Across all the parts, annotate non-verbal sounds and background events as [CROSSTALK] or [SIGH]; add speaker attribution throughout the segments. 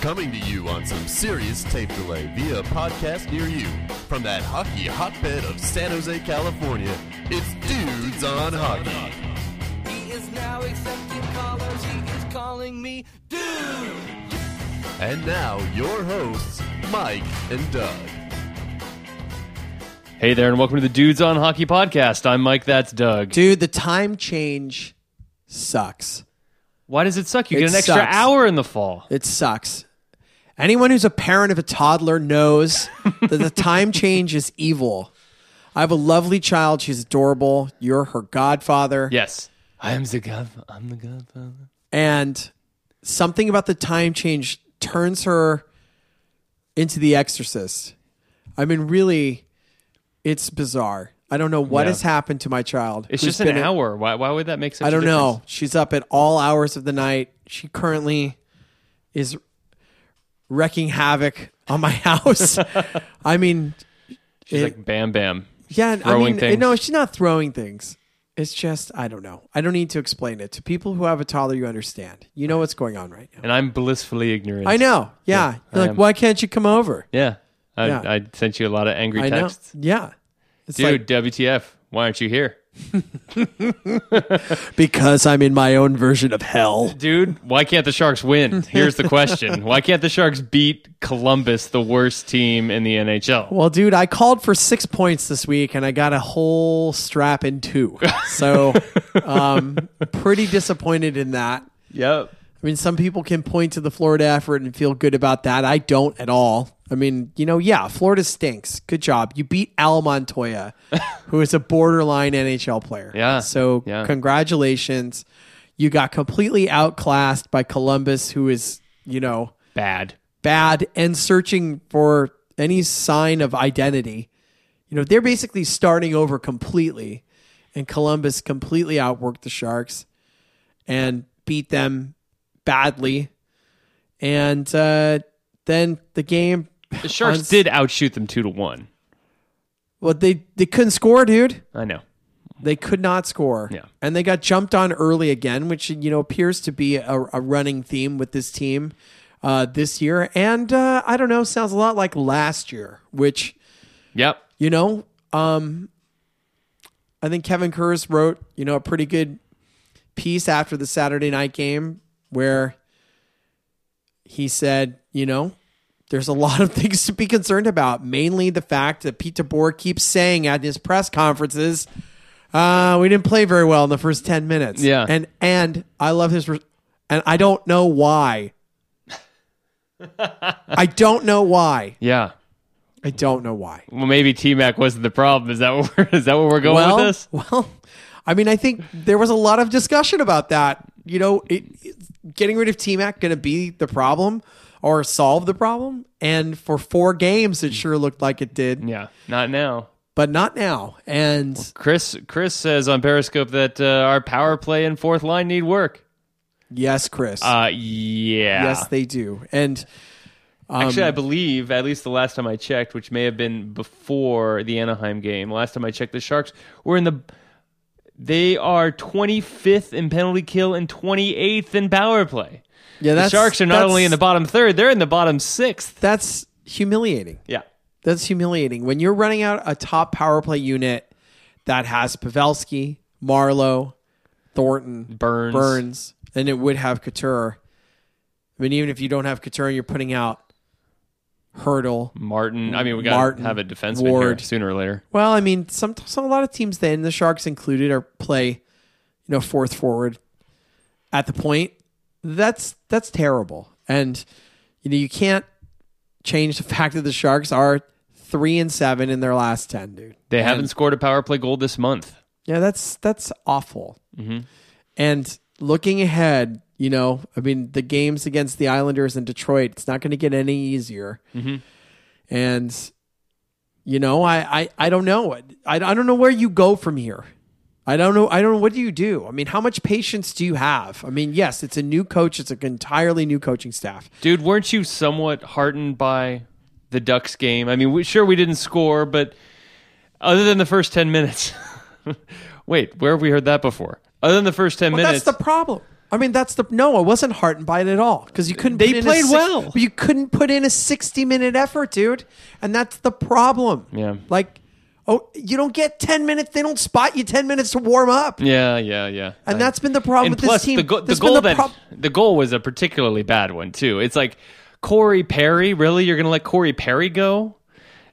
Speaker 1: Coming to you on some serious tape delay via podcast near you from that hockey hotbed of San Jose, California. It's Dudes on Hockey.
Speaker 2: He is now accepting callers. He is calling me dude.
Speaker 1: And now, your hosts, Mike and Doug.
Speaker 3: Hey there, and welcome to the Dudes on Hockey podcast. I'm Mike. That's Doug.
Speaker 4: Dude, the time change sucks.
Speaker 3: Why does it suck? You
Speaker 4: It
Speaker 3: get an extra
Speaker 4: sucks.
Speaker 3: hour in the fall.
Speaker 4: It sucks. Anyone who's a parent of a toddler knows that
Speaker 3: [LAUGHS]
Speaker 4: the time change is evil. I have a lovely child. She's adorable. You're her godfather.
Speaker 3: Yes, I'm the god. I'm the godfather.
Speaker 4: And something about the time change turns her into the exorcist. I mean, really, it's bizarre. I don't know what
Speaker 3: Yeah.
Speaker 4: has happened to my child.
Speaker 3: It's
Speaker 4: who's
Speaker 3: just an
Speaker 4: been a-
Speaker 3: hour. Why? Why would that make sense?
Speaker 4: I don't know. She's up at all hours of the night. She currently is wrecking havoc on my [LAUGHS] house. I mean,
Speaker 3: She's
Speaker 4: It-
Speaker 3: like bam, bam.
Speaker 4: yeah,
Speaker 3: Throwing
Speaker 4: I mean,
Speaker 3: things.
Speaker 4: no, she's not throwing things. It's just I don't know. I don't need to explain it to people who have a toddler. You understand. You know what's going on right now.
Speaker 3: And I'm blissfully ignorant.
Speaker 4: I know. Yeah,
Speaker 3: I
Speaker 4: you're like,
Speaker 3: am.
Speaker 4: why can't you come over?
Speaker 3: Yeah, I,
Speaker 4: Yeah.
Speaker 3: I sent you a lot of angry
Speaker 4: I know.
Speaker 3: texts,
Speaker 4: Yeah, it's
Speaker 3: dude. WTF? Why aren't you here,
Speaker 4: like because I'm in my own version of hell.
Speaker 3: dude? Why can't the Sharks
Speaker 4: [LAUGHS]
Speaker 3: win? Here's the question: Why can't the Sharks beat Columbus, the worst team in the NHL?
Speaker 4: Well, dude, I called for six points this week and I got a whole strap
Speaker 3: [LAUGHS]
Speaker 4: in two. So, um, pretty disappointed in that.
Speaker 3: yep.
Speaker 4: I mean, some people can point to the Florida effort and feel good about that. I don't at all. I mean, you know, yeah, Florida stinks. Good job. You beat Al
Speaker 3: [LAUGHS]
Speaker 4: Montoya, who is a borderline NHL player.
Speaker 3: Yeah.
Speaker 4: So,
Speaker 3: Yeah.
Speaker 4: congratulations. You got completely outclassed by Columbus, who is, you know, [LAUGHS]
Speaker 3: Bad.
Speaker 4: bad and searching for any sign of identity. You know, they're basically starting over completely, and Columbus completely outworked the Sharks and beat them badly. And uh, then the game,
Speaker 3: The Sharks
Speaker 4: On-
Speaker 3: did outshoot them two to one.
Speaker 4: well, they they couldn't score, dude.
Speaker 3: I know.
Speaker 4: They could not score.
Speaker 3: Yeah.
Speaker 4: And they got jumped on early again, which, you know, appears to be a, a running theme with this team uh, this year. And uh, I don't know, sounds a lot like last year, which,
Speaker 3: Yep.
Speaker 4: you know, um, I think Kevin Kurz wrote, you know, a pretty good piece after the Saturday night game where he said, you know, there's a lot of [LAUGHS] things to be concerned about, mainly the fact that Pete DeBoer keeps saying at his press conferences, uh, we didn't play very well in the first 10 minutes.
Speaker 3: Yeah.
Speaker 4: And, and I love his, re- and I don't know why. I don't know why.
Speaker 3: Yeah.
Speaker 4: I don't know why.
Speaker 3: Well, maybe T Mac wasn't the problem. Is that what we're, [LAUGHS] is that what we're going with this?
Speaker 4: Well, I mean, I think there was a lot of discussion about that. You know, it, it- getting rid of T Mac going to be the problem or solve the problem. And for four games, it sure looked like it did,
Speaker 3: Yeah, not now.
Speaker 4: but not now. And
Speaker 3: Chris Chris says on Periscope that uh, our power play and fourth line need work.
Speaker 4: yes, Chris.
Speaker 3: Uh, yeah.
Speaker 4: yes, they um, do. And
Speaker 3: Actually, I believe at least the last time I checked, which may have been before the Anaheim game. Last time I checked, the Sharks were in the. They are 25th in penalty kill and 28th in power play.
Speaker 4: yeah,
Speaker 3: The
Speaker 4: that's,
Speaker 3: Sharks are not
Speaker 4: that's-
Speaker 3: only in the bottom third; they're in the bottom sixth.
Speaker 4: That's humiliating.
Speaker 3: Yeah.
Speaker 4: That's humiliating. When you're running out a top power play unit that has Pavelski, Marlowe, Thornton,
Speaker 3: Burns.
Speaker 4: Burns, and it would have Couture. I mean, even if you don't have Couture, you're putting out Hurdle.
Speaker 3: Martin. I mean, we got to
Speaker 4: Martin,
Speaker 3: have a defenseman here
Speaker 4: Ward.
Speaker 3: sooner or later.
Speaker 4: Well, I mean, some, some a lot of teams then, the Sharks included, are play, you know, fourth forward at the point. That's that's terrible, and you know you can't change the [LAUGHS] fact that the Sharks are three and seven in their last ten, dude.
Speaker 3: They haven't scored a power play goal this month.
Speaker 4: Yeah, that's that's awful. And looking ahead, you know, I mean, the games against the Islanders and Detroit, it's not going to get any easier. And you know, I, I I don't know. I I don't know where you go from here. I don't know. I don't know. What do you do? I mean, how much patience do you have? I mean, yes, it's a new coach. It's an entirely new coaching staff.
Speaker 3: Dude, weren't you somewhat heartened by the Ducks game? I mean, we, sure, we didn't score, but other than the first [LAUGHS] 10 minutes. wait, where have we heard that before? Other than the first 10
Speaker 4: But
Speaker 3: minutes.
Speaker 4: that's the problem. I mean, that's the no. I wasn't heartened by it at all because you couldn't.
Speaker 3: They
Speaker 4: put in a
Speaker 3: played
Speaker 4: six-
Speaker 3: well.
Speaker 4: but you couldn't put in a sixty-minute effort, dude, and that's the problem.
Speaker 3: Yeah.
Speaker 4: like, oh, you don't get ten minutes. They don't spot you ten minutes to warm up,
Speaker 3: Yeah, yeah, yeah.
Speaker 4: and that's been the
Speaker 3: and
Speaker 4: problem with
Speaker 3: plus
Speaker 4: this team.
Speaker 3: the, go- the
Speaker 4: That's been
Speaker 3: goal that
Speaker 4: prob-
Speaker 3: the goal was a particularly bad one too. It's like Corey Perry. Really, you're going to let Corey Perry go?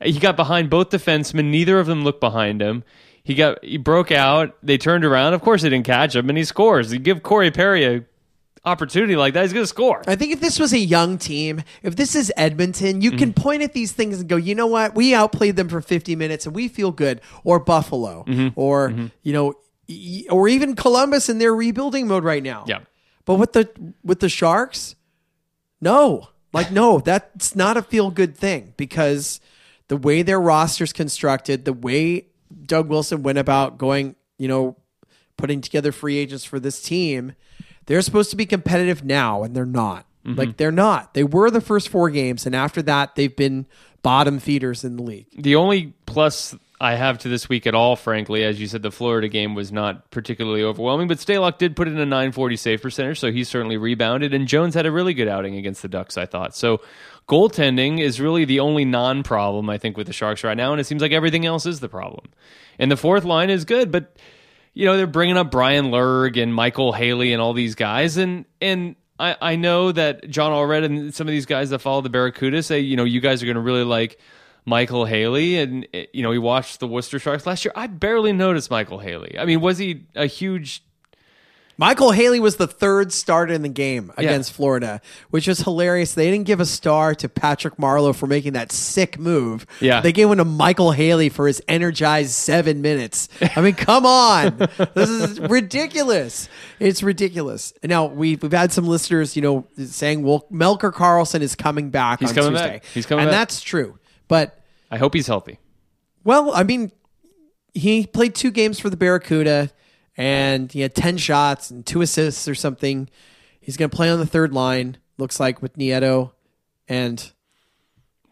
Speaker 3: He got behind both defensemen. Neither of them looked behind him. He got he broke out. They turned around. Of course, they didn't catch him, and he scores. You give Corey Perry a opportunity like that, he's going to score.
Speaker 4: I think if this was a young team, if this is Edmonton, you can point at these things and go, you know what? We outplayed them for 50 minutes and we feel good. Or Buffalo, or, you know, e- or even Columbus in their rebuilding mode right now.
Speaker 3: Yeah.
Speaker 4: But with the with the Sharks, no. Like no, that's not a feel good thing because the way their roster's constructed, the way Doug Wilson went about going, you know, putting together free agents for this team, they're supposed to be competitive now and they're not. Like they're not. They were the first four games and after that they've been bottom feeders in the league.
Speaker 3: the only plus I have to this week at all, frankly, as you said, the Florida game was not particularly overwhelming, but Stalock did put in a 940 save percentage, so he certainly rebounded. And Jones had a really good outing against the Ducks, I thought. So goaltending is really the only non problem, I think, with the Sharks right now. And it seems like everything else is the problem. And the fourth line is good, but you know they're bringing up Brian Lurg and Michael Haley and all these guys, and and I, I know that John Allred and some of these guys that follow the Barracuda say you know you guys are going to really like Michael Haley, and eh, you know he watched the Worcester Sharks last year. I barely noticed Michael Haley. I mean, was he a huge?
Speaker 4: Michael Haley was the third starter in the game against Florida, which was hilarious. They didn't give a star to Patrick Marlowe for making that sick move.
Speaker 3: Yeah.
Speaker 4: They gave one to Michael Haley for his energized seven minutes. I mean, come on. this is ridiculous. It's ridiculous. Now, we, we've had some listeners, you know, saying, well, Melker Carlson is coming back
Speaker 3: He's
Speaker 4: on
Speaker 3: coming back.
Speaker 4: Tuesday.
Speaker 3: He's coming
Speaker 4: And
Speaker 3: back.
Speaker 4: that's true. But
Speaker 3: I hope he's healthy.
Speaker 4: well, I mean, he played two games for the Barracuda, and he had ten shots and two assists or something. He's going to play on the third line. Looks like with Nieto and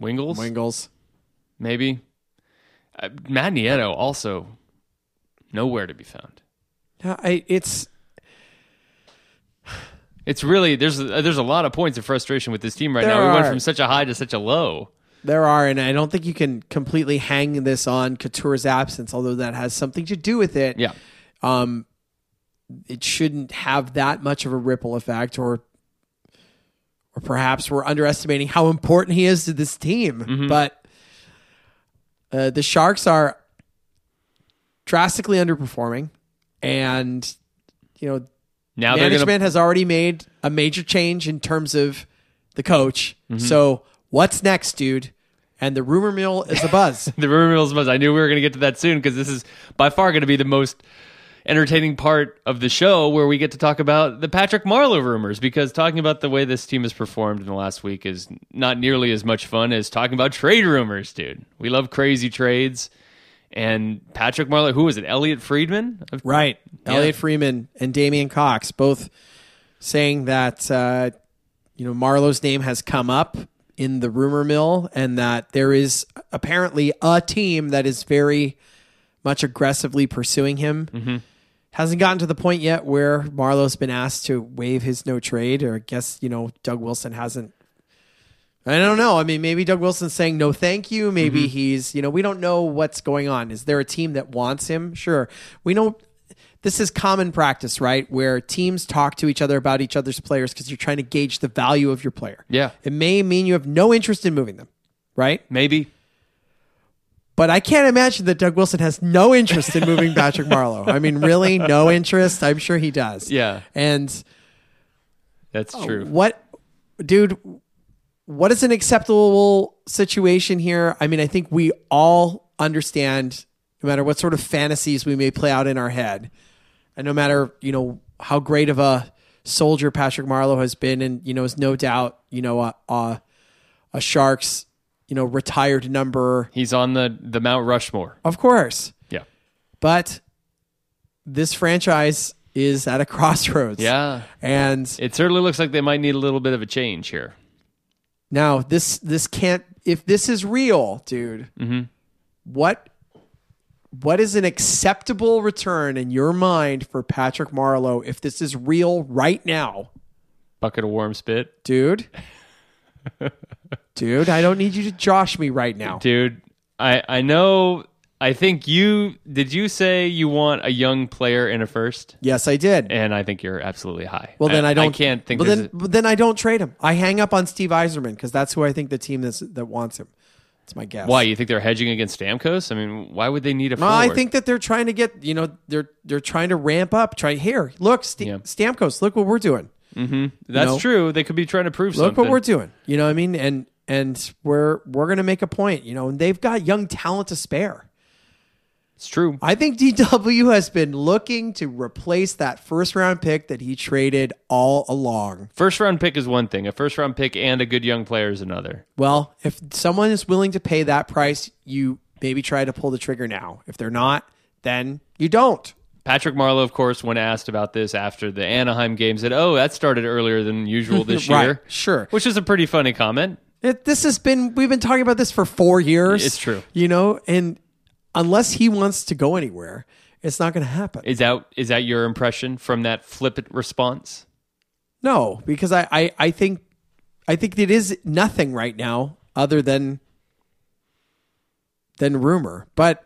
Speaker 3: Wingles,
Speaker 4: Wingles.
Speaker 3: maybe. Uh, Matt Nieto also nowhere to be found.
Speaker 4: Yeah, I, it's
Speaker 3: It's really there's uh, there's a lot of points of frustration with this team right
Speaker 4: There
Speaker 3: now. We went
Speaker 4: are.
Speaker 3: from such a high to such a low.
Speaker 4: there are, and I don't think you can completely hang this on Couture's absence, although that has something to do with it.
Speaker 3: Yeah.
Speaker 4: um, it shouldn't have that much of a ripple effect, or or perhaps we're underestimating how important he is to this team. But uh, the Sharks are drastically underperforming, and you know
Speaker 3: Now they're
Speaker 4: management
Speaker 3: going to
Speaker 4: has already made a major change in terms of the coach. So what's next, dude? And the rumor mill is a buzz.
Speaker 3: the rumor mills must. I knew we were going to get to that soon because this is by far going to be the most entertaining part of the show where we get to talk about the Patrick Marlowe rumors because talking about the way this team has performed in the last week is not nearly as much fun as talking about trade rumors, dude. We love crazy trades. And Patrick Marlowe, who was it? Elliot Friedman?
Speaker 4: Right.
Speaker 3: Yeah.
Speaker 4: Elliot Freeman and Damian Cox both saying that uh, you know Marlowe's name has come up in the rumor mill and that there is apparently a team that is very much aggressively pursuing him. Hasn't gotten to the point yet where Marlowe's been asked to waive his no trade, or I guess, you know, Doug Wilson hasn't. I don't know. I mean, maybe Doug Wilson's saying no thank you. Maybe he's, you know, we don't know what's going on. Is there a team that wants him? Sure. We don't. This is common practice, right? Where teams talk to each other about each other's players because you're trying to gauge the value of your player.
Speaker 3: Yeah.
Speaker 4: It may mean you have no interest in moving them, right?
Speaker 3: Maybe.
Speaker 4: But I can't imagine that Doug Wilson has no interest
Speaker 3: [LAUGHS]
Speaker 4: in moving Patrick Marlowe. I mean, really, no interest? I'm sure he does.
Speaker 3: Yeah.
Speaker 4: And
Speaker 3: That's true.
Speaker 4: Oh, what, dude, what is an acceptable situation here? I mean, I think we all understand, no matter what sort of fantasies we may play out in our head, and no matter, you know, how great of a soldier Patrick Marlowe has been, and, you know, is no doubt, you know, a, a, a Sharks, you know, retired number.
Speaker 3: He's on the, the Mount Rushmore.
Speaker 4: Of course.
Speaker 3: Yeah.
Speaker 4: but this franchise is at a [LAUGHS] crossroads.
Speaker 3: Yeah.
Speaker 4: And
Speaker 3: It certainly looks like they might need a little bit of a change here.
Speaker 4: now
Speaker 3: Mm-hmm.
Speaker 4: this this can't if this is real, dude. What what is an acceptable return in your mind for Patrick Marlowe if this is real right now?
Speaker 3: Bucket of warm spit. [LAUGHS]
Speaker 4: Dude. Dude, I don't need you to josh me right now.
Speaker 3: Dude, I I know I think you did you say you want a young player in a first?
Speaker 4: Yes, I did.
Speaker 3: And I think you're absolutely high.
Speaker 4: Well, then I, don't.
Speaker 3: I can't think
Speaker 4: Well,
Speaker 3: there's
Speaker 4: then, but then I don't trade him. I hang up on Steve Eiserman because that's who I think the team that's, that wants him. It's my guess.
Speaker 3: a- why you think they're hedging against Stamkos? I mean, why would they need a
Speaker 4: No,
Speaker 3: forward?
Speaker 4: Uh, I think that they're trying to get you know they're they're trying to ramp up. Try here, look St-
Speaker 3: Yeah.
Speaker 4: Stamkos, look what we're doing.
Speaker 3: that's
Speaker 4: no.
Speaker 3: true. They could be trying to prove
Speaker 4: Look
Speaker 3: something.
Speaker 4: what we're doing. You know what I mean? And and we're we're gonna make a point. You know, and they've got young talent to spare.
Speaker 3: it's true.
Speaker 4: I think DW has been looking to replace that first round pick that he traded all along.
Speaker 3: First round pick is one thing. A first round pick and a good young player is another.
Speaker 4: Well, if someone is willing to pay that price, you maybe try to pull the trigger now. If they're not, then you don't.
Speaker 3: Patrick Marlowe, of course, when asked about this after the Anaheim game, said, "Oh, that started earlier than usual
Speaker 4: [LAUGHS]
Speaker 3: this
Speaker 4: Right,
Speaker 3: year."
Speaker 4: sure.
Speaker 3: which is a pretty funny comment.
Speaker 4: It, this has been we've been talking about this for four years.
Speaker 3: It's true.
Speaker 4: you know, and unless he wants to go anywhere, it's not going to happen.
Speaker 3: Is that is that your impression from that flippant response?
Speaker 4: no, because I, I I think I think it is nothing right now other than than rumor. But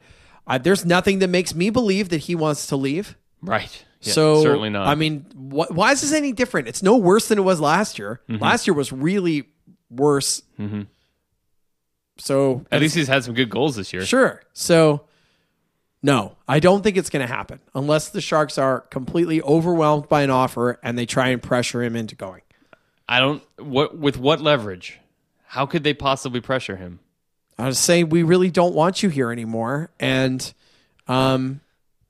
Speaker 4: uh, there's nothing that makes me believe that he wants to leave.
Speaker 3: Right. Yeah,
Speaker 4: so
Speaker 3: certainly not.
Speaker 4: I mean, wh- why is this any different? It's no worse than it was last year.
Speaker 3: Mm-hmm.
Speaker 4: Last year was really worse. So
Speaker 3: at least he's had some good goals this year.
Speaker 4: Sure. So, no, I don't think it's going to happen unless the Sharks are completely overwhelmed by an offer and they try and pressure him into going.
Speaker 3: I don't. What with what leverage? How could they possibly pressure him?
Speaker 4: I was saying we really don't want you here anymore, and um,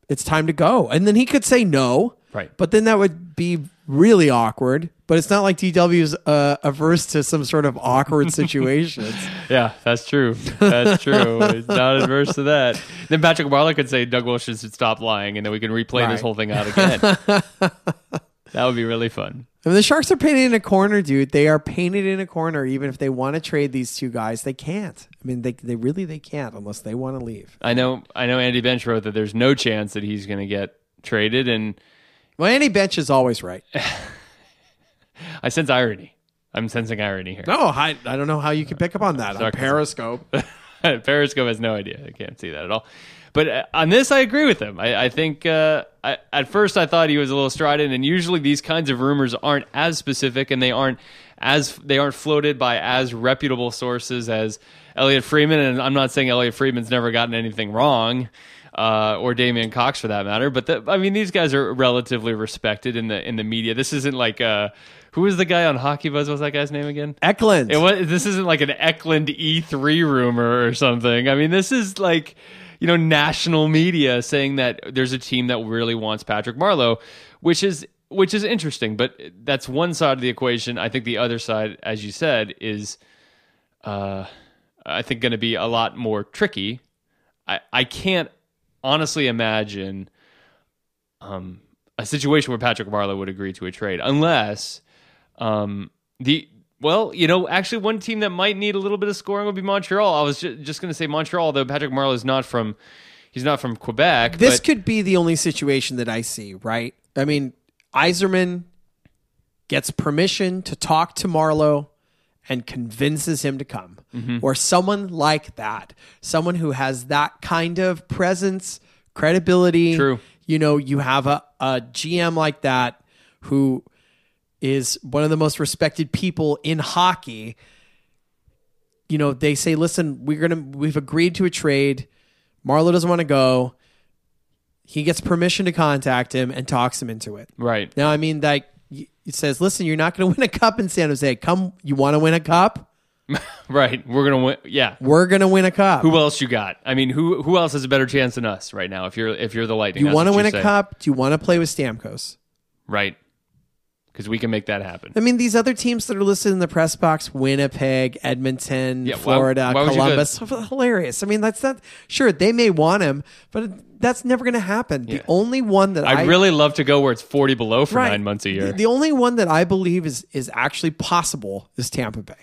Speaker 4: it's time to go. And then he could say no,
Speaker 3: Right.
Speaker 4: But then that would be really awkward. But it's not like DW's uh, averse to some sort of awkward [LAUGHS] situations.
Speaker 3: Yeah, that's true. That's [LAUGHS] true. It's not adverse to that. Then Patrick Marlowe could say Doug Wilson should stop lying, and then we can replay
Speaker 4: Right.
Speaker 3: this whole thing out
Speaker 4: [LAUGHS]
Speaker 3: again. that would be really fun.
Speaker 4: I mean, the Sharks are painted in a corner, dude. They are painted in a corner. Even if they want to trade these two guys, they can't. I mean, they, they really they can't unless they want to leave.
Speaker 3: I know. I know. Andy Bench wrote that there's no chance that he's going to get traded, and
Speaker 4: Well, Andy Bench is
Speaker 3: [LAUGHS]
Speaker 4: always right.
Speaker 3: I sense irony. I'm sensing irony here.
Speaker 4: No, I, I don't know how you can pick up on that on
Speaker 3: Sarcasm. [LAUGHS]
Speaker 4: Periscope.
Speaker 3: Periscope has no idea. I can't see that at all. But uh, on this, I agree with him. I, I think uh, I, at first I thought he was a little strident, and usually these kinds of rumors aren't as specific, and they aren't as they aren't floated by as reputable sources as Elliot Freeman. And I'm not saying Elliot Freeman's never gotten anything wrong, uh, or Damian Cox for that matter. But the, I mean, these guys are relatively respected in the in the media. This isn't like uh, who was the guy on Hockey Buzz? What was that guy's name again?
Speaker 4: Eklund.
Speaker 3: It was, this isn't like an Eklund E3 rumor or something. I mean, this is like, you know, national media saying that there's a team that really wants Patrick Marlowe, which is which is interesting, but that's one side of the equation. I think the other side, as you said, is uh, I think going to be a lot more tricky. I, I can't honestly imagine um, a situation where Patrick Marlowe would agree to a trade unless um, the well, you know, actually, one team that might need a little bit of scoring would be Montreal. I was ju- just going to say Montreal, though Patrick Marlowe is not from he's not from Quebec.
Speaker 4: this
Speaker 3: but
Speaker 4: could be the only situation that I see, right? I mean, Iserman gets permission to talk to Marlowe and convinces him to come, or someone like that, someone who has that kind of presence, credibility.
Speaker 3: True.
Speaker 4: You know, you have a, a GM like that who is one of the most respected people in hockey. You know, they say, listen, we're gonna we've agreed to a trade. Marlowe doesn't want to go. He gets permission to contact him and talks him into it.
Speaker 3: right,
Speaker 4: Now, I mean, like y- it says, listen, you're not going to [LAUGHS] win a cup in San Jose. Come, you want to win a cup?
Speaker 3: right, we're gonna win. Yeah,
Speaker 4: We're going to win a cup.
Speaker 3: who else you got? I mean, who who else has a better chance than us right now? If you're if you're the Lightning,
Speaker 4: you
Speaker 3: that's
Speaker 4: want to
Speaker 3: what
Speaker 4: win
Speaker 3: you're saying.
Speaker 4: a cup? Do you want to play with Stamkos?
Speaker 3: right? Because we can make that happen.
Speaker 4: I mean, these other teams that are listed in the press box: Winnipeg, Edmonton,
Speaker 3: Yeah, why-
Speaker 4: Florida,
Speaker 3: why would you go-
Speaker 4: Columbus. [LAUGHS] Hilarious. I mean, that's not sure. They may want him, but that's never going to happen. The only one that I,
Speaker 3: I'd really love to go where it's 40 below for
Speaker 4: Right.
Speaker 3: nine months a year.
Speaker 4: The, the only one that I believe is is actually possible is Tampa Bay.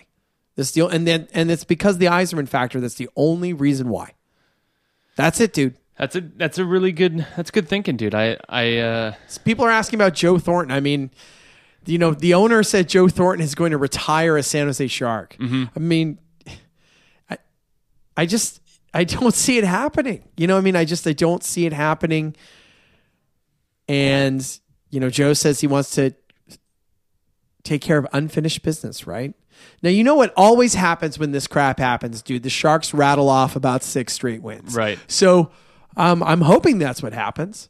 Speaker 4: This deal, and then and it's because the Eiserman factor. That's the only reason why. That's it, dude.
Speaker 3: That's a that's a really good that's good thinking, dude. I I uh,
Speaker 4: People are asking about Joe Thornton. I mean, you know, the owner said Joe Thornton is going to retire as San Jose Shark. I mean, I, I just, I don't see it happening. You know, what I mean, I just, I don't see it happening. And you know, Joe says he wants to take care of unfinished business, right? Now, you know what always happens when this crap happens, dude? The Sharks rattle off about six straight wins.
Speaker 3: Right.
Speaker 4: So um, I'm hoping that's what happens.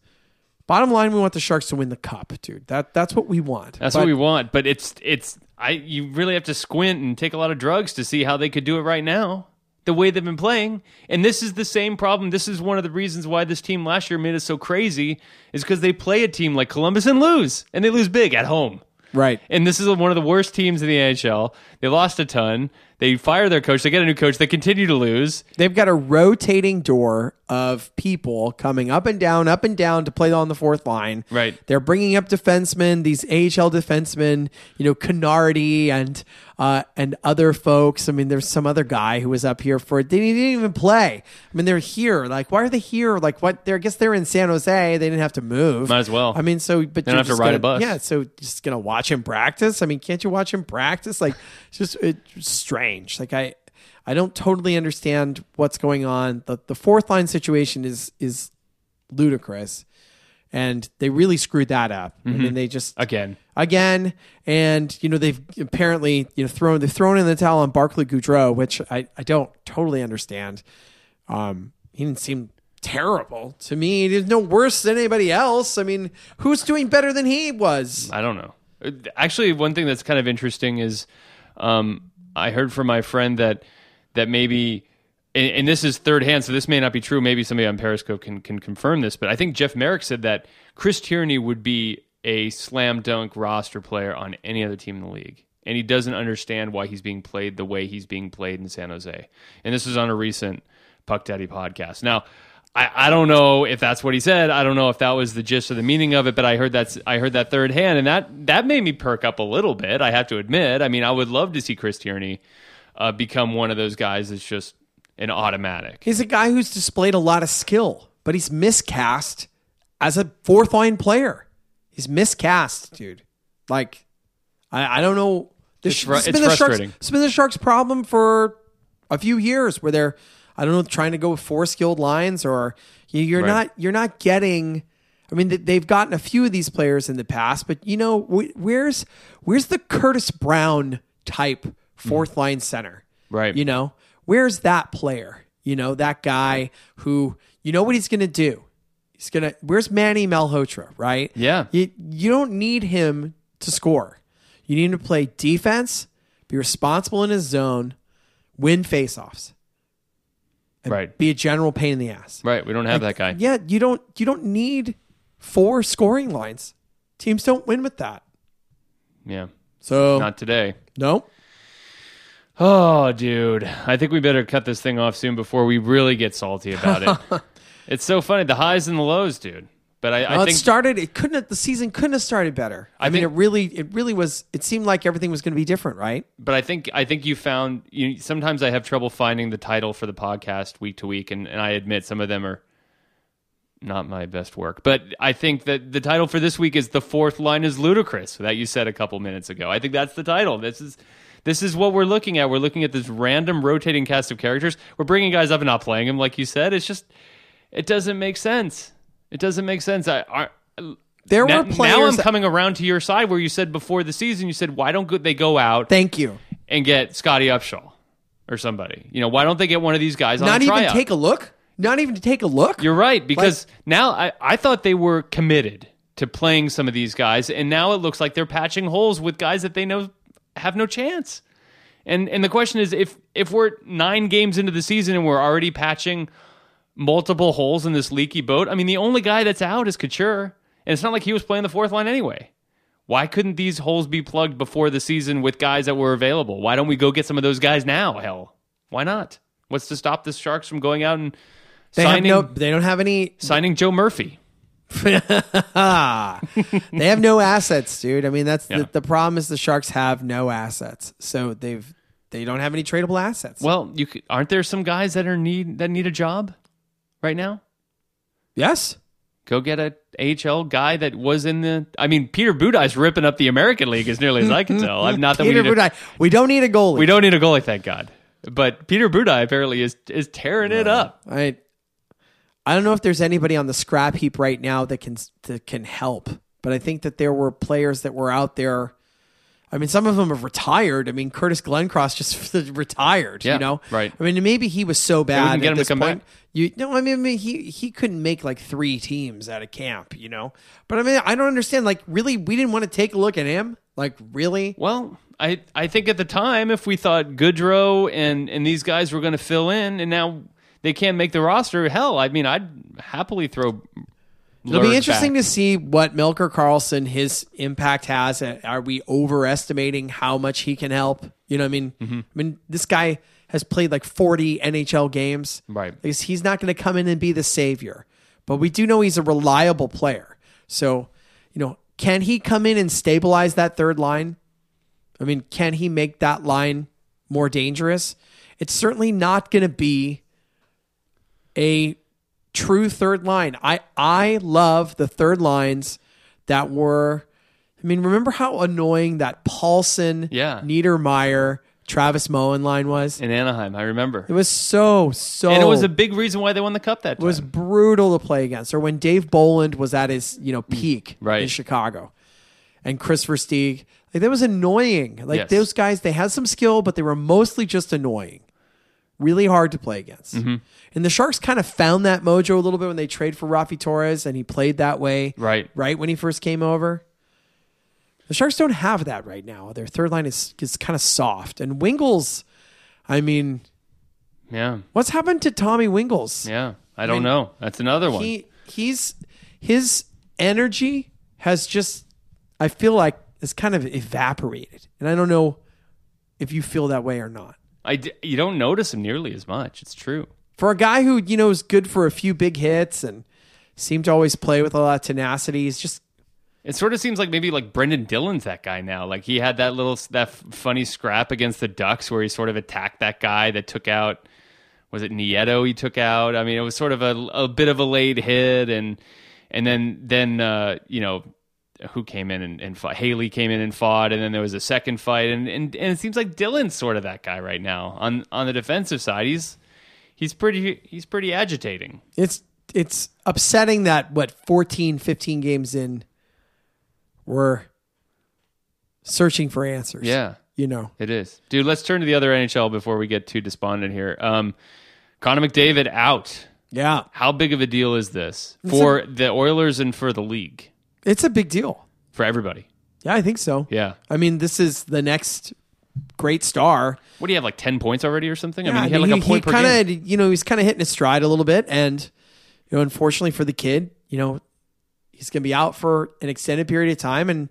Speaker 4: Bottom line, we want the Sharks to win the cup, dude. That That's what we want.
Speaker 3: that's
Speaker 4: But
Speaker 3: what we want. But it's it's I you really have to squint and take a lot of drugs to see how they could do it right now. The way they've been playing, and this is the same problem. This is one of the reasons why this team last year made us so crazy, is because they play a team like Columbus and lose, and they lose big at home.
Speaker 4: Right.
Speaker 3: And this is one of the worst teams in the NHL. They lost a ton. They fire their coach. They get a new coach. They continue to lose.
Speaker 4: They've got a rotating door of people coming up and down, up and down to play on the fourth line.
Speaker 3: Right.
Speaker 4: They're bringing up defensemen, these AHL defensemen, you know, Canardi and uh, and other folks. I mean, there's some other guy who was up here for it. They didn't even play. I mean, they're here. Like, why are they here? Like, what? They're, I guess they're in San Jose. They didn't have to move.
Speaker 3: Might as well.
Speaker 4: I mean, so but
Speaker 3: They don't
Speaker 4: you're
Speaker 3: have to
Speaker 4: just
Speaker 3: ride a
Speaker 4: gonna-
Speaker 3: bus.
Speaker 4: Yeah, so just gonna watch him practice. I mean, can't you watch him practice? Like, it's just it's strange. Like I, I don't totally understand what's going on. The the fourth line situation is is ludicrous, and they really screwed that up. I mean, they just
Speaker 3: Again.
Speaker 4: again, and you know they've apparently you know thrown they've thrown in the towel on Barclay Goudreau, which I I don't totally understand. Um, he didn't seem terrible to me. He was no worse than anybody else. I mean, who's doing better than he was?
Speaker 3: I don't know. Actually, one thing that's kind of interesting is um, I heard from my friend that that maybe, and, and this is third hand, so this may not be true. Maybe somebody on Periscope can can confirm this, but I think Jeff Merrick said that Chris Tierney would be a slam dunk roster player on any other team in the league. And he doesn't understand why he's being played the way he's being played in San Jose. And this was on a recent Puck Daddy podcast. Now, I, I don't know if that's what he said. I don't know if that was the gist or the meaning of it, but I heard that's I heard that third hand, and that that made me perk up a little bit. I have to admit. I mean, I would love to see Chris Tierney uh, become one of those guys that's just an automatic.
Speaker 4: He's a guy who's displayed a lot of skill, but he's miscast as a fourth line player. He's miscast, dude. Like, I, I don't know. This,
Speaker 3: It's fru-
Speaker 4: this has
Speaker 3: it's
Speaker 4: been the
Speaker 3: frustrating.
Speaker 4: Sharks, it's been the Sharks' problem for a few years, where they're, I don't know, trying to go with four skilled lines, or you- you're
Speaker 3: Right.
Speaker 4: not, you're not getting. I mean, th- they've gotten a few of these players in the past, but you know, wh- where's where's the Curtis Brown type fourth line center?
Speaker 3: Right.
Speaker 4: You know, where's that player? You know, that guy who you know what he's going to do. He's going to Where's Manny Malhotra, right?
Speaker 3: Yeah.
Speaker 4: You you don't need him to score. You need him to play defense, be responsible in his zone, win faceoffs,
Speaker 3: Right,
Speaker 4: be a general pain in the ass.
Speaker 3: right. We don't have that guy.
Speaker 4: Yeah, you don't you don't need four scoring lines. Teams don't win with that.
Speaker 3: Yeah,
Speaker 4: So
Speaker 3: not today.
Speaker 4: no.
Speaker 3: Oh, dude. I think we better cut this thing off soon before we really get salty about
Speaker 4: [LAUGHS]
Speaker 3: it. it's so funny the highs and the lows, dude. But I,
Speaker 4: Well,
Speaker 3: I
Speaker 4: it
Speaker 3: think
Speaker 4: started. It couldn't. Have, the season couldn't have started better. I, mean,
Speaker 3: think-
Speaker 4: it really. It really was. It seemed like everything was going to be different, right?
Speaker 3: but I think I think you found you sometimes I have trouble finding the title for the podcast week to week and, and I admit some of them are not my best work. But I think that the title for this week is The Fourth Line is Ludicrous that you said a couple minutes ago. I think that's the title. This is this is what we're looking at. We're looking at this random rotating cast of characters. We're bringing guys up and not playing them like you said. It's just it doesn't make sense. It doesn't make sense. I, I
Speaker 4: There
Speaker 3: now,
Speaker 4: were players.
Speaker 3: now I'm
Speaker 4: that-
Speaker 3: coming around to your side where you said before the season you said why don't go- they go out
Speaker 4: thank you.
Speaker 3: and get Scotty Upshaw or somebody. You know, why don't they get one of these guys on
Speaker 4: Not
Speaker 3: a
Speaker 4: even
Speaker 3: tryout?
Speaker 4: take a look. Not even to take a look.
Speaker 3: [LAUGHS] You're right because now I, I thought they were committed to playing some of these guys, and now it looks like they're patching holes with guys that they know have no chance. And and the question is if if we're nine games into the season and we're already patching multiple holes in this leaky boat, I mean the only guy that's out is Couture, and it's not like he was playing the fourth line anyway. Why couldn't these holes be plugged before the season with guys that were available? Why don't we go get some of those guys now? Hell, why not? What's to stop the Sharks from going out and
Speaker 4: they have
Speaker 3: signing
Speaker 4: no. They don't have any. [LAUGHS]
Speaker 3: signing Joe Murphy.
Speaker 4: They have no assets, dude. I mean, that's
Speaker 3: Yeah.
Speaker 4: the, the problem. Is the Sharks have no assets, so they've they don't have any tradable assets.
Speaker 3: Well, you could, aren't there some guys that are need that need a job right now?
Speaker 4: Yes.
Speaker 3: Go get a AHL guy that was in the. I mean, Peter Budai's ripping up the American League as nearly as
Speaker 4: [LAUGHS]
Speaker 3: I can tell. I'm not that
Speaker 4: Peter
Speaker 3: we need a-
Speaker 4: Budai. We don't need a goalie.
Speaker 3: we don't need a goalie, thank God. But Peter Budai apparently is is tearing it up.
Speaker 4: I I don't know if there's anybody on the scrap heap right now that can that can help, but I think that there were players that were out there. I mean, some of them have retired. I mean, Curtis Glencross just [LAUGHS] retired.
Speaker 3: Yeah,
Speaker 4: you know,
Speaker 3: right.
Speaker 4: I mean, maybe he was so bad.
Speaker 3: get
Speaker 4: at
Speaker 3: him to
Speaker 4: this
Speaker 3: come
Speaker 4: point,
Speaker 3: back.
Speaker 4: You no, I mean, I mean, he he couldn't make like three teams out of camp. You know, but I mean, I don't understand. Like, really, we didn't want to take a look at him. Like, really?
Speaker 3: Well, I I think at the time if we thought Goodrow and and these guys were going to fill in, and now they can't make the roster. Hell, I mean, I'd happily throw.
Speaker 4: It'll be interesting to see what Melker Carlson his impact has. Uh, Are we overestimating how much he can help? You know, what I mean, I mean, this guy has played like forty NHL games.
Speaker 3: Right.
Speaker 4: Like, he's not going to come in and be the savior, but we do know he's a reliable player. So, you know, can he come in and stabilize that third line? I mean, can he make that line more dangerous? It's certainly not going to be a true third line. I I love the third lines that were. I mean, remember how annoying that Paulson,
Speaker 3: Yeah.
Speaker 4: Niedermeyer, Travis Mullen line was.
Speaker 3: in Anaheim. I remember,
Speaker 4: It was so so.
Speaker 3: and it was a big reason why they won the cup that time.
Speaker 4: Oh. it was brutal to play against. Or when Dave Boland was at his you know peak
Speaker 3: Mm. right.
Speaker 4: in Chicago, and Chris Versteeg, like that was annoying. Like
Speaker 3: Yes.
Speaker 4: those guys, they had some skill, but they were mostly just annoying. Really hard to play against.
Speaker 3: Mm-hmm.
Speaker 4: And the Sharks kind of found that mojo a little bit when they trade for Rafi Torres, and he played that way
Speaker 3: right.
Speaker 4: right when he first came over. The Sharks don't have that right now. Their third line is is kind of soft, and Wingles. I mean,
Speaker 3: Yeah,
Speaker 4: what's happened to Tommy Wingles?
Speaker 3: yeah. I don't know. That's another one.
Speaker 4: he he's his energy has just I feel like it's kind of evaporated, and I don't know if you feel that way or not.
Speaker 3: I d- you don't notice him nearly as much. It's true.
Speaker 4: For a guy who you know is good for a few big hits and seemed to always play with a lot of tenacity, he's just
Speaker 3: It sort of seems like maybe like Brendan Dillon's that guy now. Like he had that little that f- funny scrap against the Ducks where he sort of attacked that guy that took out was it Nieto he took out. I mean it was sort of a, a bit of a late hit and and then then uh, you know who came in and, and fought Haley came in and fought and then there was a second fight and, and and it seems like Dillon's sort of that guy right now on on the defensive side. He's he's pretty he's pretty agitating.
Speaker 4: it's it's upsetting that what 14, 15 games in we're searching for answers.
Speaker 3: Yeah.
Speaker 4: You know.
Speaker 3: It is. Dude, let's turn to the other NHL before we get too despondent here. Um, Connor McDavid out.
Speaker 4: Yeah.
Speaker 3: How big of a deal is this for the Oilers and for the league?
Speaker 4: It's a big deal.
Speaker 3: For everybody.
Speaker 4: Yeah, I think so.
Speaker 3: Yeah.
Speaker 4: I mean, this is the next great star.
Speaker 3: What do you have, like 10 points already or something? I
Speaker 4: Yeah,
Speaker 3: mean, he had like a point per
Speaker 4: kinda,
Speaker 3: game.
Speaker 4: You know, he's kind of hitting his stride a little bit, and you know, unfortunately for the kid, you know, he's going to be out for an extended period of time, and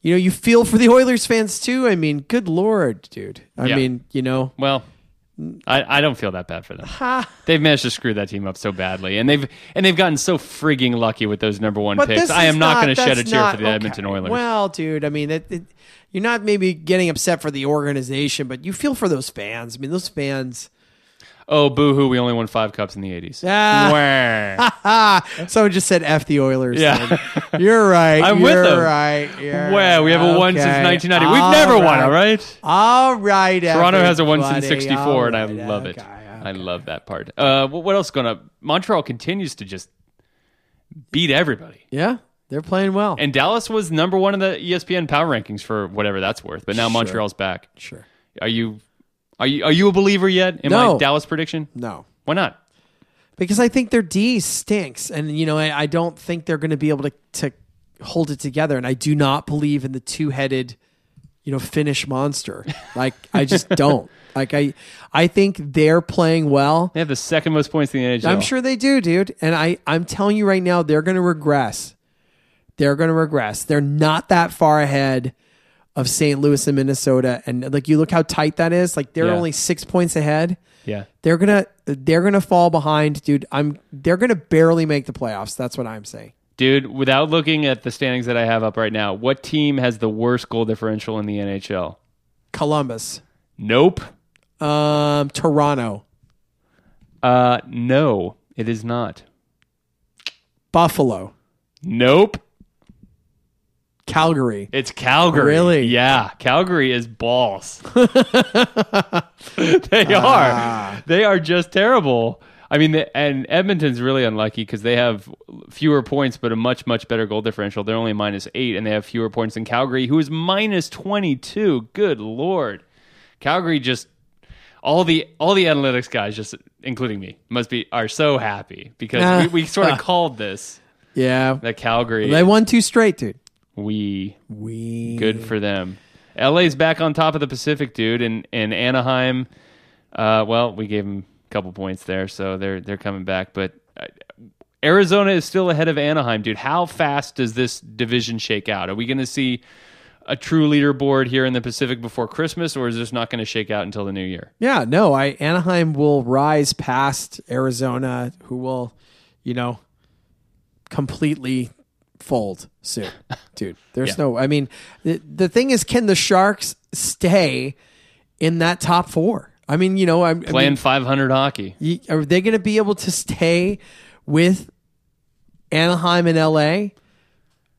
Speaker 4: you know, you feel for the Oilers fans too. I mean, good lord, dude. I
Speaker 3: Yeah.
Speaker 4: mean, you know,
Speaker 3: Well, I, I don't feel that bad for them. they've managed to screw that team up so badly, and they've and they've gotten so frigging lucky with those number one
Speaker 4: but
Speaker 3: picks.
Speaker 4: this
Speaker 3: I
Speaker 4: is
Speaker 3: am not, going to shed
Speaker 4: that's
Speaker 3: a tear
Speaker 4: not-
Speaker 3: for the
Speaker 4: okay.
Speaker 3: Edmonton Oilers.
Speaker 4: Well, dude, I mean, it, it, you're not maybe getting upset for the organization, but you feel for those fans. I mean, those fans.
Speaker 3: oh, boo hoo! We only won five cups in the eighties.
Speaker 4: Ah.
Speaker 3: Yeah.
Speaker 4: Ah, [LAUGHS] someone just said "f the Oilers."
Speaker 3: yeah.
Speaker 4: You're right.
Speaker 3: [LAUGHS] I'm
Speaker 4: you're
Speaker 3: with them.
Speaker 4: Right. You're
Speaker 3: Wow, we haven't won since
Speaker 4: okay.
Speaker 3: 1990. We've
Speaker 4: All
Speaker 3: never won,
Speaker 4: right.
Speaker 3: all right?
Speaker 4: All right.
Speaker 3: Toronto has a won since
Speaker 4: everybody.
Speaker 3: 64, and I
Speaker 4: All right,
Speaker 3: love it.
Speaker 4: okay,
Speaker 3: I love that part. Uh, wh- what else going on? Montreal continues to just beat everybody.
Speaker 4: Yeah, they're playing well.
Speaker 3: And Dallas was number one in the E ESPN power rankings for whatever that's worth, but now Montreal's back.
Speaker 4: sure.
Speaker 3: Are you are you are you a believer yet in my
Speaker 4: No.
Speaker 3: Dallas prediction?
Speaker 4: No.
Speaker 3: Why not?
Speaker 4: Because I think their D stinks, and you know I, I don't think they're going to be able to to hold it together, and I do not believe in the two headed, you know, Finnish monster. Like
Speaker 3: [LAUGHS]
Speaker 4: I just don't. Like I, I think they're playing well.
Speaker 3: They have the second most points in the NHL.
Speaker 4: I'm sure they do, dude. And I, I'm telling you right now, they're going to regress. They're going to regress. They're not that far ahead of St. Louis and Minnesota. And like, you look how tight that is. Like, they're
Speaker 3: Yeah.
Speaker 4: only six points ahead.
Speaker 3: Yeah.
Speaker 4: They're gonna, they're gonna fall behind, dude. I'm, they're gonna barely make the playoffs. That's what I'm saying.
Speaker 3: Dude, without looking at the standings that I have up right now, what team has the worst goal differential in the NHL?
Speaker 4: Columbus,
Speaker 3: Nope.
Speaker 4: um, Toronto.
Speaker 3: Uh, no, it is not.
Speaker 4: Buffalo,
Speaker 3: Nope.
Speaker 4: Calgary.
Speaker 3: It's Calgary.
Speaker 4: Really?
Speaker 3: Yeah. Calgary is
Speaker 4: [LAUGHS]
Speaker 3: balls. they
Speaker 4: Ah.
Speaker 3: are. They are just terrible. I mean, the- and Edmonton's really unlucky because they have fewer points, but a much, much better goal differential. They're only minus eight, and they have fewer points than Calgary, who is minus 22. Good Lord. Calgary just. All the all the analytics guys, just including me, must be are so happy because we, we sort
Speaker 4: [LAUGHS]
Speaker 3: of called this
Speaker 4: Yeah.
Speaker 3: that Calgary.
Speaker 4: They won two straight, dude.
Speaker 3: we
Speaker 4: We
Speaker 3: good for them. LA's back on top of the Pacific, dude, and and Anaheim. Uh, well, we gave them a couple points there, so they're they're coming back. But uh, Arizona is still ahead of Anaheim, dude. How fast does this division shake out? Are we going to see a true leaderboard here in the Pacific before Christmas, or is this not going to shake out until the new year?
Speaker 4: Yeah, no, I Anaheim will rise past Arizona, who will, you know, completely fold soon, dude. There's no, I mean, the, the thing is, can the Sharks stay in that top four? I mean, you know, I'm I
Speaker 3: Playing
Speaker 4: mean,
Speaker 3: 500 hockey.
Speaker 4: y- are they going to be able to stay with Anaheim and LA?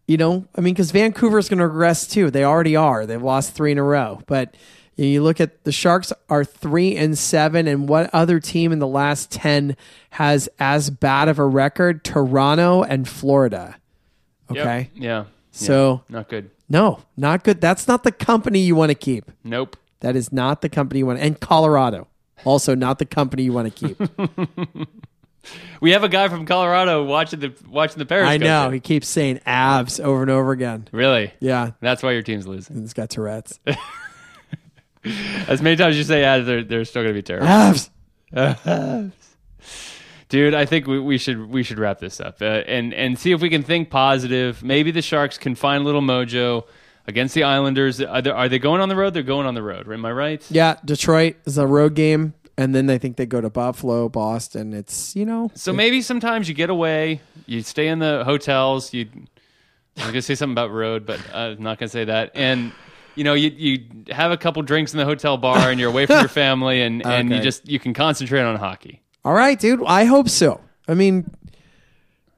Speaker 4: You know, I mean, because Vancouver's going to regress too. They already are. They've lost three in a row. But you look at the Sharks are three and seven, and what other team in the last ten has as bad of a record? Toronto and Florida.
Speaker 3: Yep.
Speaker 4: Okay,
Speaker 3: Yeah.
Speaker 4: so
Speaker 3: Not good.
Speaker 4: no, not good. That's not the company you want to keep.
Speaker 3: Nope.
Speaker 4: That is not the company you want. And Colorado, also not the company you want to keep.
Speaker 3: We have a guy from Colorado watching the watching the Paris.
Speaker 4: I know. He keeps saying abs over and over again.
Speaker 3: Really?
Speaker 4: Yeah.
Speaker 3: That's why your team's losing.
Speaker 4: And he's got Tourette's.
Speaker 3: As many times as you say ads, they're, they're still going to be terrible. [LAUGHS]
Speaker 4: abs.
Speaker 3: Dude, I think we, we should we should wrap this up uh, and and see if we can think positive. Maybe the Sharks can find a little mojo against the Islanders. Are they, are they going on the road? They're going on the road. Am I right?
Speaker 4: Yeah. Detroit is a road game. And then I think they go to Buffalo, Boston. It's, you know,
Speaker 3: So maybe sometimes you get away, you stay in the hotels. You, I was gonna say something about road, but I'm not gonna say that. And you know, you you have a couple drinks in the hotel bar, and you're away
Speaker 4: [LAUGHS]
Speaker 3: from your family, and and you
Speaker 4: Okay.
Speaker 3: just you can concentrate on hockey.
Speaker 4: all right, dude. I hope so. I mean,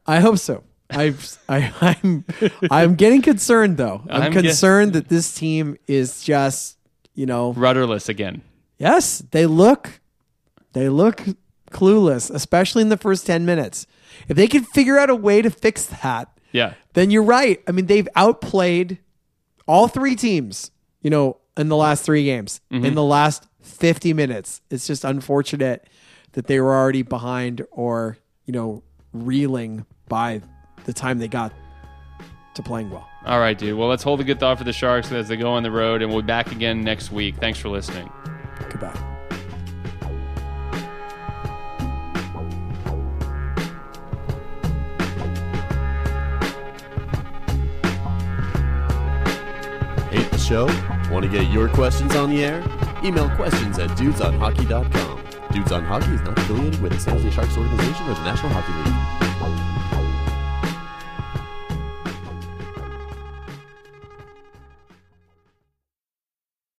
Speaker 4: I hope so. I've, I, [LAUGHS] I'm, I'm getting concerned though. I'm,
Speaker 3: I'm get-
Speaker 4: concerned that this team is just, you know,
Speaker 3: Rudderless again.
Speaker 4: Yes, they look they look clueless, especially in the first 10 minutes. If they can figure out a way to fix that,
Speaker 3: Yeah.
Speaker 4: then you're right. I mean, they've outplayed all three teams, you know, in the last 3 games, in the last 50 minutes. It's just unfortunate that they were already behind or, you know, reeling by the time they got to playing well.
Speaker 3: All right, dude. Well, let's hold a good thought for the Sharks as they go on the road, and we'll be back again next week. Thanks for listening.
Speaker 4: Goodbye.
Speaker 1: Hate the show? Want to get your questions on the air? Email questions at dudesonhockey.com. Dudes on Hockey is not affiliated with the San Jose Sharks organization or the National Hockey League.